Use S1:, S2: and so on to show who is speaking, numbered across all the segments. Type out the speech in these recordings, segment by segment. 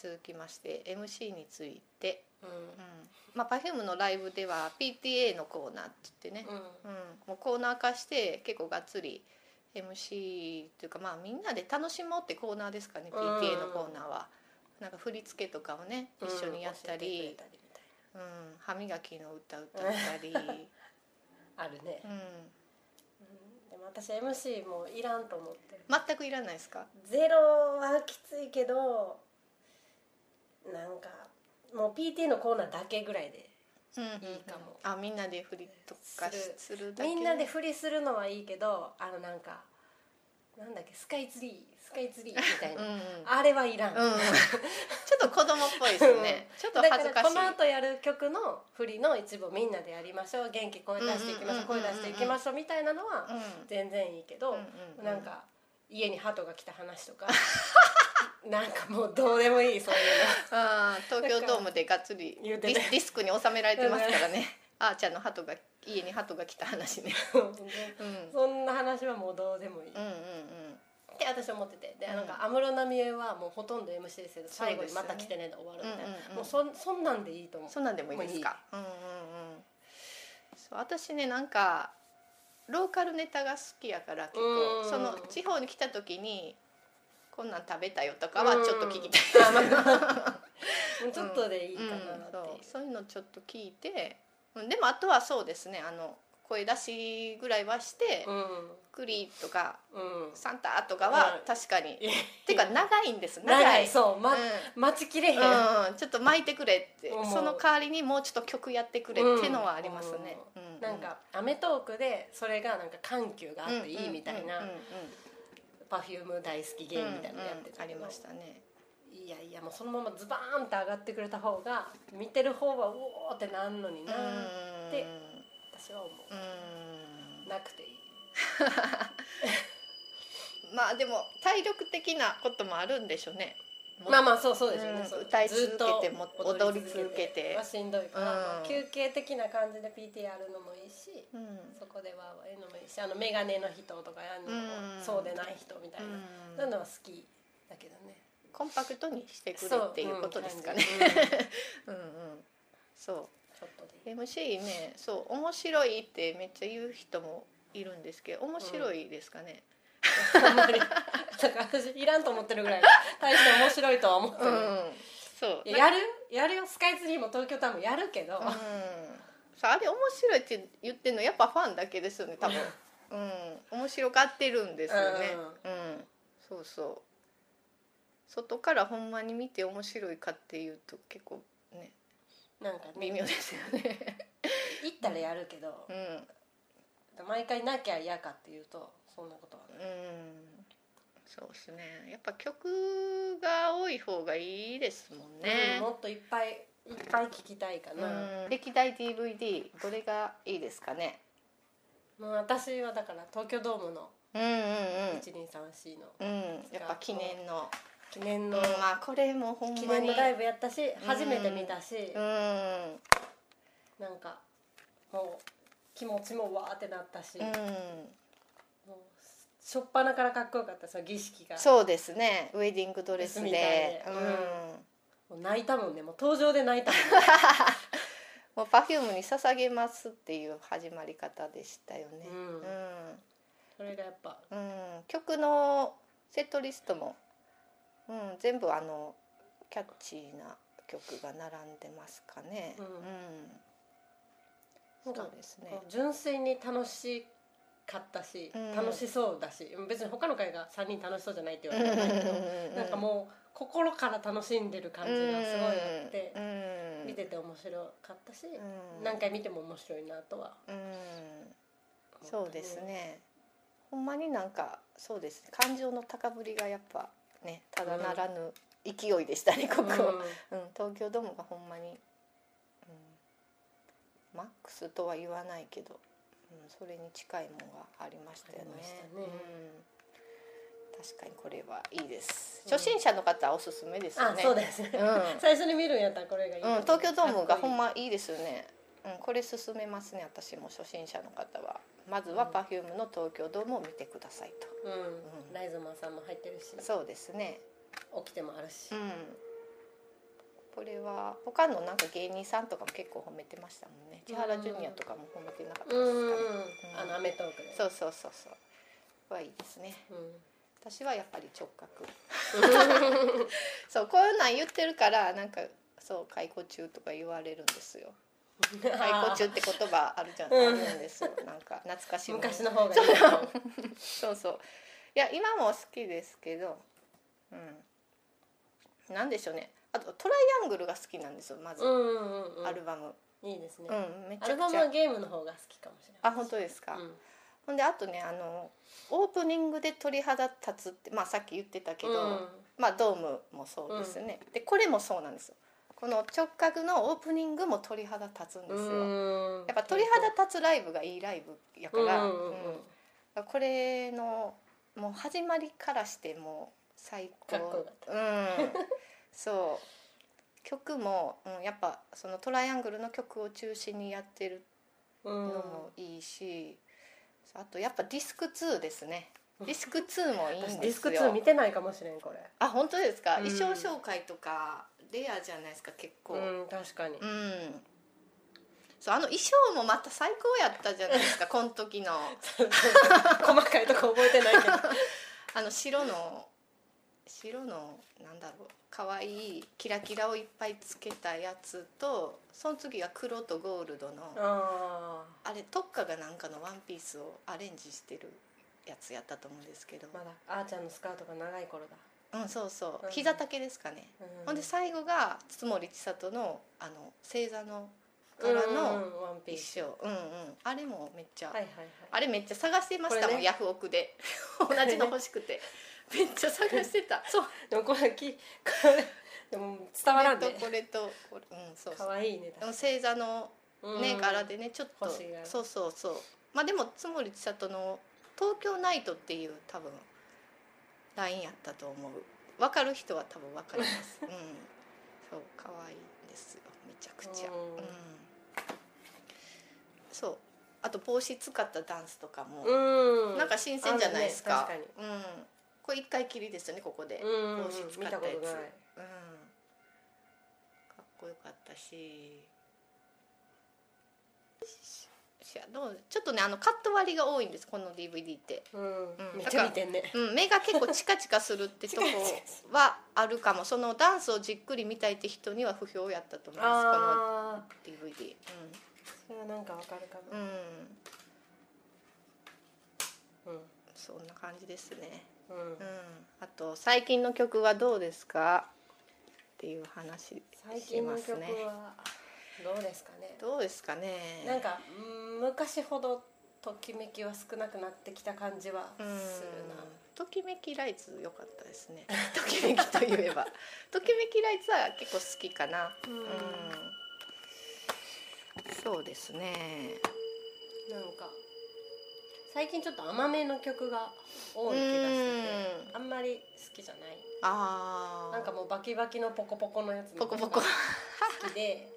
S1: 続きまして MC について、
S2: う
S1: うん
S2: ん
S1: まあ、Perfume のライブでは PTA のコーナーって言ってね、
S2: うん
S1: うん、もうコーナー化して結構がっつり MC というかまあみんなで楽しもうってコーナーですかね
S2: うん
S1: PTA のコーナーは。なんか振り付けとかをね
S2: うん
S1: 一緒にやった
S2: 教えて
S1: り
S2: く、れみたい
S1: うん歯磨きの歌歌ったり、う
S2: なあるね、
S1: ん、
S2: うんでも私 MC もいらんと思ってる
S1: 全くいらないですか
S2: ゼロはきついけどなんかもう PT のコーナーだけぐらいで
S1: うん
S2: いいかも
S1: あみんなで振りとかしするだけ
S2: みんなで振りするのはいいけどあのなんかなんだっけスカイツリースカイツリーみた
S1: う
S2: い
S1: ん
S2: な、
S1: うん、
S2: あれはいらん、
S1: うんちょっと子供っぽいですねちょっと
S2: だか
S1: 恥ず
S2: ら
S1: かしい
S2: この後やる曲の振りの一部をみんなでやりましょう元気声出していき
S1: うんうんう
S2: ましょう
S1: んうんう
S2: 声
S1: ん
S2: 出していきましょうみたいなのは
S1: う
S2: 全然いいけ
S1: ん
S2: ど、
S1: うんう
S2: なんか家に鳩が来た話とか なんかもうどうでもいいそういう
S1: あー東京ドームでがっつり
S2: 言うて
S1: デ
S2: ね
S1: ィスディスクに収められてますからねあーちゃんの鳩が家に鳩が来た話ね、
S2: の
S1: うん、うん
S2: そんな話はもうどうでもいい、
S1: うんうん
S2: って私思っててで、
S1: うん
S2: なんか安室奈美恵はもうほとんど MC せず最後に「また来てね」で終わるみた
S1: そ
S2: いな
S1: うですよね
S2: もうそんそんなんでいいと思う
S1: そんなんでもいいですかうんうんうんそう私ねなんかローカルネタが好きやから結
S2: う
S1: 構
S2: ん
S1: その地方に来た時にこんなん食べたよとかはちょっと聞きたい
S2: うん もうちょっとでいいかな
S1: うん
S2: っていう、
S1: そうそういうのちょっと聞いてうんでもあとはそうですねあの声出しぐらいはして、
S2: うん
S1: クリとか
S2: うん
S1: サンタとかは
S2: うん
S1: 確かに、
S2: いや
S1: ていうか長いんです
S2: 長
S1: う
S2: いそう、ま
S1: ん
S2: 待ちきれへん、
S1: うん、ちょっと巻いてくれって
S2: 思う
S1: その代わりにもうちょっと曲やってくれってのはありますね、う
S2: なんか『アメトーーク』でそれがなんか緩急があっていいみたい
S1: うんうん
S2: な
S1: うん
S2: 「パフューム大好き芸」みたいなのやって
S1: うんうんありましたたね
S2: いやいやもうそのままズバーンって上がってくれた方が見てる方はうおーってなんのに
S1: う
S2: なって
S1: ん
S2: 私は思う
S1: うん
S2: なくていい
S1: まあでも体力的なこともあるんでしょうね
S2: まあまあそうそうですよね、
S1: うん
S2: そう
S1: 歌い続けて
S2: ずっと
S1: も踊り続けて
S2: はしんどいから、
S1: うん
S2: まあ休憩的な感じで PT やるのもいいし
S1: うん
S2: そこでわーわーやるのもいいしあの眼鏡の人とかやるのも、
S1: うん
S2: そうでない人みたいな、そうういうんのは好きだけどね
S1: コンパクトにしてくれ
S2: そ
S1: っていうことですかね、
S2: うん感じ
S1: う
S2: うんちょっ
S1: んうんそ
S2: とで
S1: う
S2: いい
S1: MC ねそう面白いってめっちゃ言う人もいるんですけど面白いですかね
S2: あんまりなんか私いらんと思ってるぐらい大して面白いとは思って
S1: う
S2: る
S1: ん、、そう
S2: いややるやるよスカイツリーも東京タワーもやるけど、
S1: うんそうあれ面白いって言ってるのやっぱファンだけですよね多分うん面白がってるんですよねうん、そうそう外からほんまに見て面白いかっていうと結構ね
S2: なんか
S1: 微
S2: ね
S1: 妙ですよ ね
S2: 行ったらやるけど、
S1: うん
S2: 毎回なきゃ嫌かっていうとそんなことはない
S1: うんそうですねやっぱ曲が多い方がいいですもんね
S2: うん、もっといっぱいいっぱい聞きたいかな、
S1: うん歴代 DVD どれがいいですかね
S2: もう私はだから東京ドームの
S1: うんうん
S2: 1234の
S1: うんうんやっぱ記念の
S2: 記念
S1: う
S2: の、
S1: ん、まあこれもほん
S2: 記
S1: ま
S2: 念
S1: に
S2: のライブやったし
S1: ん
S2: 初めて見たし、
S1: うん
S2: なんかもう気持ちもわーってなったし、
S1: うん
S2: もう初っ端からかっこよかったその儀式が
S1: そうですねウェディングドレス
S2: みたい
S1: で
S2: で
S1: うん
S2: うんもう泣いたもんねもう登場で泣いたもんね
S1: もう Perfume に捧げますっていう始まり方でしたよね
S2: うんそれがやっぱ
S1: うん、うん、曲のセットリストも、うん、全部あのキャッチーな曲が並んでますかね
S2: うん
S1: う
S2: なん
S1: ん、
S2: か
S1: そうですね
S2: もう純粋に楽しかったし、
S1: うん
S2: 楽しそうだし別に他の回が3人楽しそうじゃないって
S1: う
S2: 言
S1: ん
S2: わ
S1: う
S2: れ
S1: ん
S2: てないけ
S1: う
S2: ど、
S1: ん
S2: なんかもう心から楽しんでる感じがすごいあって
S1: う、ん
S2: 見てて面白かったし、
S1: うん
S2: 何回見ても面白いなとは
S1: うん
S2: 思った
S1: そうですね。ほんまになんかそうです。感情の高ぶりがやっぱね、ただならぬ勢いでしたね、
S2: う
S1: こ
S2: ん
S1: こ。うん、東京ドームがほんまに、うん、マックスとは言わないけど、うん、それに近いものがありましたよね。
S2: ありましたね
S1: うん、確かにこれはいいです。
S2: うん
S1: 初心者の方はおすすめですよ
S2: あ
S1: ね。
S2: そうですね、
S1: うん
S2: 最初に見るんやったらこれがいいと
S1: う
S2: 思
S1: ん
S2: う、
S1: 東京ドームがほん
S2: か
S1: まいいですよね、うん、これ勧めますね私も初心者の方はまずは
S2: うん
S1: Perfume の東京ドームを見てくださいと、
S2: っこいいうん
S1: うん
S2: ライズマンさんも入ってるし
S1: そうですね
S2: 起きてもあるし、
S1: うんは他のなんか芸人さんとかも結構褒めてましたもんね千原ジュニアとかも褒めてなかった
S2: う
S1: で
S2: ん
S1: すか、ね、
S2: あの『アメトーーク』で
S1: そうそうそうそうはいいですね
S2: うん
S1: 私はやっぱり直 角そうこういうの言ってるからなんかそう解雇中とか言われるんですよ解雇中って言葉あるじゃん、
S2: うん
S1: あるんですよなんか懐かしいもの
S2: 昔の方がいいな
S1: そうそういや今も好きですけどうんなんでしょうねあとトライアングルが好きなんですよまず、
S2: うんうんうん
S1: アルバム
S2: いいですね
S1: うんめち
S2: ア
S1: ゃ
S2: ル
S1: く
S2: バム
S1: ち
S2: は
S1: ゃ
S2: ゲームの方が好きかもしれない
S1: あ本当ですか、
S2: うん
S1: ほんであとねあのオープニングで鳥肌立つってまあさっき言ってたけど、
S2: うん
S1: まあドームもそうですね、でこれもそうなんですよこの直角のオープニングも鳥肌立つんですよ、
S2: うん
S1: やっぱ鳥肌立つライブがいいライブやから、
S2: うんうんうん
S1: うんこれのもう始まりからしてもう最高
S2: かっこよかっ
S1: うんそう曲も、うん、やっぱそのトライアングルの曲を中心にやってる
S2: うん
S1: のもいいし、あとやっぱディスク2ですねディスク2もいいんです
S2: 私
S1: よ
S2: ディスク2見てないかもしれんこれ
S1: あ本当ですか、
S2: うん
S1: 衣装紹介とかレアじゃないですか結構
S2: うん確かに
S1: うん、そうあの衣装もまた最高やったじゃないです かこの時の
S2: 細かいとこ覚えてないけど
S1: あの白の白のなんだろう可愛いキラキラをいっぱいつけたやつとその次が黒とゴールドの
S2: ああ
S1: あれ特化がなんかのワンピースをアレンジしてるやつやったと思うんですけど、
S2: まだあーちゃんのスカートが長い頃だ
S1: うんそうそう
S2: うん
S1: 膝丈ですかね、
S2: うん
S1: ほんで最後が津森千里のあの星座の柄
S2: う
S1: の
S2: んうんワンピー
S1: 衣
S2: ス
S1: 装、うんうん、あれもめっちゃ、
S2: はいはいは
S1: あれめっちゃ探してました
S2: これ
S1: もん、
S2: ね
S1: ヤフオク で同じの欲しくてめっちゃ探してたそう
S2: いでもこれきこれ でも伝わらんで
S1: これとこれとこれうんそうそう
S2: 可愛いね
S1: でも星座のね、柄でねちょっと
S2: 星が
S1: そうそうそうまあでも津森千里の「東京ナイト」っていう多分ラインやったと思う分かる人は多分分かります うんそう可愛いんですよめちゃくちゃ
S2: う
S1: うんんそうあと帽子使ったダンスとかも、
S2: うん
S1: なんか新鮮じゃないですか
S2: あるね
S1: うんこれ一回きりですよねここで、
S2: 確かにうん
S1: 帽子使
S2: 見
S1: った
S2: た
S1: や
S2: こと
S1: つ
S2: な
S1: う
S2: い
S1: ん、かっこよかったししどうちょっとねあのカット割りが多いんですこの DVD って、
S2: う
S1: うんん
S2: めっちゃ見てんね
S1: うん、目が結構チカチカするってとこ はあるかもそのダンスをじっくり見たいって人には不評やったと思いま
S2: ああ
S1: すこの DVD
S2: それはなんかわかるか
S1: う
S2: も
S1: ん、うん、
S2: うん
S1: そんな感じですね
S2: うん
S1: うんあと最近の曲はどうですかっていう話
S2: 最
S1: し
S2: 近の
S1: ます
S2: 曲
S1: ね
S2: はどうですかね
S1: どうですかね
S2: なんかうん昔ほどときめきは少なくなってきた感じはす
S1: う
S2: る
S1: ん
S2: な
S1: ときめきライツ良かったですね ときめきといえ ばときめきライツは結構好きかな
S2: うん
S1: うん、
S2: なん
S1: そうですね
S2: か最近ちょっと甘めの曲が多い気がしてて
S1: うん
S2: あんまり好きじゃない
S1: ああ
S2: なんかもうバキバキのポコポコのやつの
S1: ポコポコ
S2: 好きで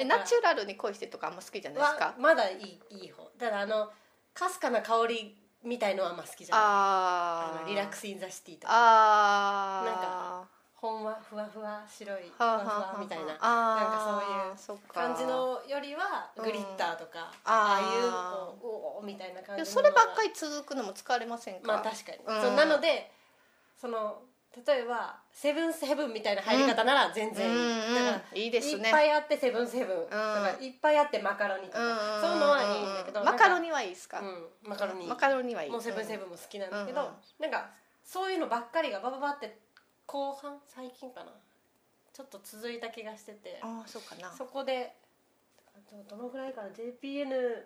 S1: えナチュラルに恋してとかあんま好きじゃない です
S2: は
S1: か
S2: まだいいいい方ただあのかすかな香りみたいのはあんま好きじゃない
S1: あ
S2: あ
S1: あ
S2: のリラックス・イン・ザ・シティとか
S1: ああ
S2: なんかほんわふわふわ白いふ
S1: はあ
S2: わ
S1: は
S2: ふ
S1: あは
S2: わ
S1: あ
S2: みたいな
S1: あー
S2: なんか
S1: そういう
S2: 感じのよりは
S1: うん
S2: グリッターとか、
S1: あ
S2: あ
S1: ー
S2: あいうこうおおみたいな感じの
S1: そればっか
S2: り
S1: り続くのも疲れませんか、
S2: まあ確かに、
S1: うん
S2: そうなのでその例えばセブンセブンみたいな入り方なら全然いい、
S1: うんうん
S2: だから
S1: いいですね
S2: っぱいあってセブンセブン、とかいっぱいあってマカロニとか、そういうのはいいんだけど、
S1: マカロ
S2: ニ、
S1: ニはいいですか、
S2: うん、マカロニ
S1: マカロニはいい
S2: もうセブンセブンも好きなんだけど、
S1: うんうん
S2: なんかそういうのばっかりがバババって後半最近かなちょっと続いた気がしてて
S1: ああそうかな
S2: そこでどどのぐらいかな JPN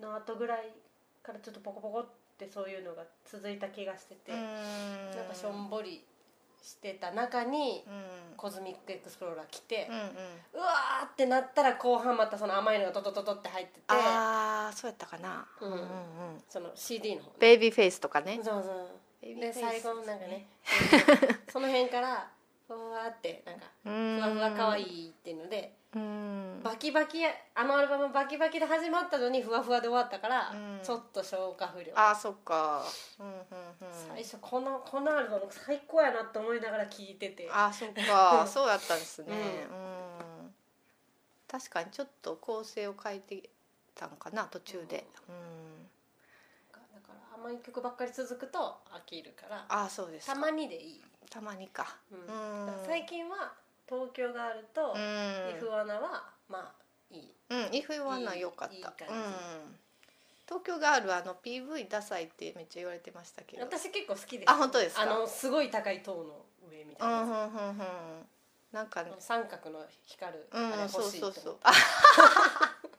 S2: の後ぐらいからちょっとポコポコってそういうのが続いた気がしてて、
S1: う
S2: なん
S1: ーん
S2: かしょんぼりしてた中に
S1: うん
S2: コズミックエクスプローラー来て
S1: う、んうん
S2: うわーってなったら後半またその甘いのがトトトトって入ってて
S1: ああそうやったかな、
S2: うん
S1: うんうん
S2: その CD の方
S1: ベイビーフェイスとかね
S2: そう
S1: ベ
S2: そ
S1: イ
S2: う
S1: ビー
S2: で
S1: フェイス
S2: 最後のなん かねその辺からふわーってなんか
S1: ふ
S2: ふわふわ
S1: か
S2: 可
S1: わい
S2: 愛いっていうので
S1: うん
S2: バキバキあのアルバムバキバキで始まったのにふわふわで終わったから、
S1: うん
S2: ちょっと消化不良
S1: ああそっかうんうんうん
S2: 最初このこのアルバム最高やなって思いながら聴いてて
S1: ああそっ かそうやったんですね
S2: う
S1: うん、確かにちょっと構成を変えてたんかな途中でうん、
S2: だからあんまり曲ばっかり続くと飽きるから
S1: ああそうですか
S2: たまにでいい、
S1: たまにか
S2: うん
S1: うん
S2: だから最近は東京があると
S1: う
S2: 「
S1: ん
S2: If ワナ」はまあいい
S1: うん、イフイワナ良かった。
S2: いいいい感じ
S1: うん。東京ガールあの PV ダサいってめっちゃ言われてましたけど。
S2: 私結構好きです
S1: あ本当ですか
S2: あのすごい高い塔の上みた
S1: う
S2: い
S1: んう
S2: なや
S1: ん
S2: つ、
S1: うんうん。なんかね。
S2: 三角の光る、
S1: うん
S2: あれ、
S1: そ
S2: 欲
S1: う
S2: しいって
S1: そ
S2: 思
S1: う
S2: って
S1: そう。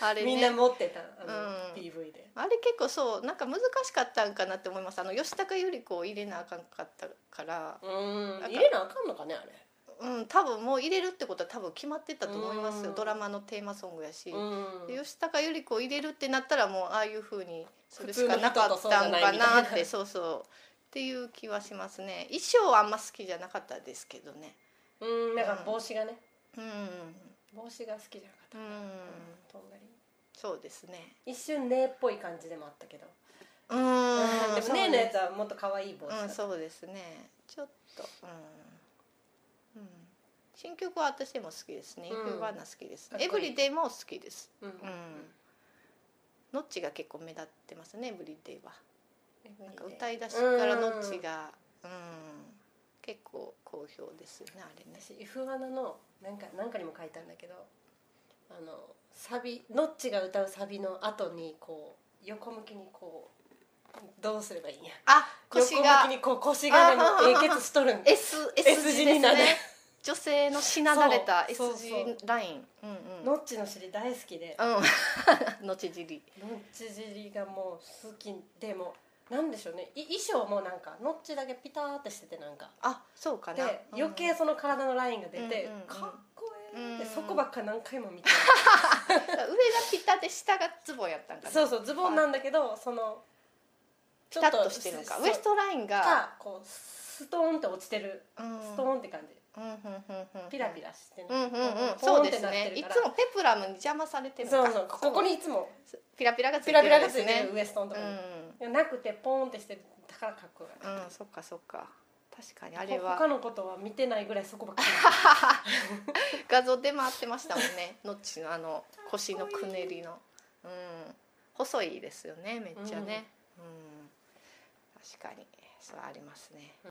S1: あれね。
S2: みんな持ってたあの、
S1: うん
S2: PV で
S1: あれ結構そうなんか難しかったんかなって思いますあの吉高由里子を入れなあかんかったから
S2: うん
S1: んか
S2: 入れなあかんのかねあれ
S1: うん多分もう入れるってことは多分決まってたと思います
S2: う
S1: よ
S2: ん
S1: ドラマのテーマソングやし、
S2: うん
S1: 吉高由里子を入れるってなったらもうああいうふうにするしかなかったんかなってそうそうっていう気はしますね衣装はあんま好きじゃなかったですけどね
S2: うんなんか帽子がね
S1: うん
S2: 帽子が好きじゃなかった
S1: う
S2: か
S1: ん
S2: な、飛んだり
S1: そうですね
S2: 一瞬ねっぽい感じでもあったけど、
S1: うんで
S2: でもねのやつはもっと可愛い帽子だ
S1: う
S2: っ
S1: ん
S2: た
S1: そうですねちょっとうん、うん、新曲は私でも好きですね「イ
S2: うん
S1: フバナ」好きですね「
S2: かっ
S1: エ
S2: こ
S1: ブ
S2: いい
S1: リデイ」も好きです
S2: うん
S1: うん、ノッチが結構目立ってますね「エブリデイは」なんか歌
S2: い
S1: い出しからノッチがうん、結構好評ですよねあれね
S2: 私イフワナのなんかなんかにも書いたんだけどあのサビノッチが歌うサビの後にこう横向きにこうどうすればいいんや
S1: あ腰
S2: 横
S1: が
S2: 向きにこう腰が
S1: あはは
S2: ね
S1: は
S2: 英血しとるん
S1: S,
S2: S
S1: S
S2: 字
S1: 字
S2: に
S1: です
S2: なる
S1: ね女性のしなだれた
S2: そう
S1: S 字
S2: そうそ
S1: ラインうんうん
S2: ノッチの尻大好きで
S1: うん後尻
S2: ノッチ尻がもう好きでもうなんでしょうねい衣装もなんかノッチだけピターってしててなんか
S1: あそうかな
S2: で
S1: うん
S2: 余計その体のラインが出て、
S1: うんうんうん
S2: かっこええって、
S1: うん
S2: そこばっか何回も見て
S1: 上がピタで下がズボンやったんかな
S2: そうそうズボンなんだけどその
S1: ピタッとしてるのか
S2: そう
S1: ウエストラインが
S2: がこうストーンって落ちてる、
S1: うん
S2: ストーンって感じ
S1: うんうんうんうん
S2: ピラピラして
S1: うんうんうん
S2: ポ
S1: そ
S2: ー
S1: う
S2: ンっ
S1: で
S2: て
S1: す
S2: なって
S1: ねい
S2: るから
S1: つもペプラムに邪魔されてるの
S2: そ
S1: か
S2: うそうここにいつも
S1: ピラピラがつい
S2: ピ
S1: てる
S2: ラ
S1: んで
S2: ピラがつ
S1: す
S2: いて
S1: ね
S2: るウエストのとこに、
S1: うん
S2: いやなくてポーンってしてるだからかっこよかった
S1: うん、そっかそっか確かにあ
S2: あ
S1: れ
S2: 他
S1: は
S2: のことは見てないぐらいそこばっかり
S1: 画像出回ってましたもんね ノッチのあの腰のくねりのうん細いですよねめっちゃねうん、確かにそれありますね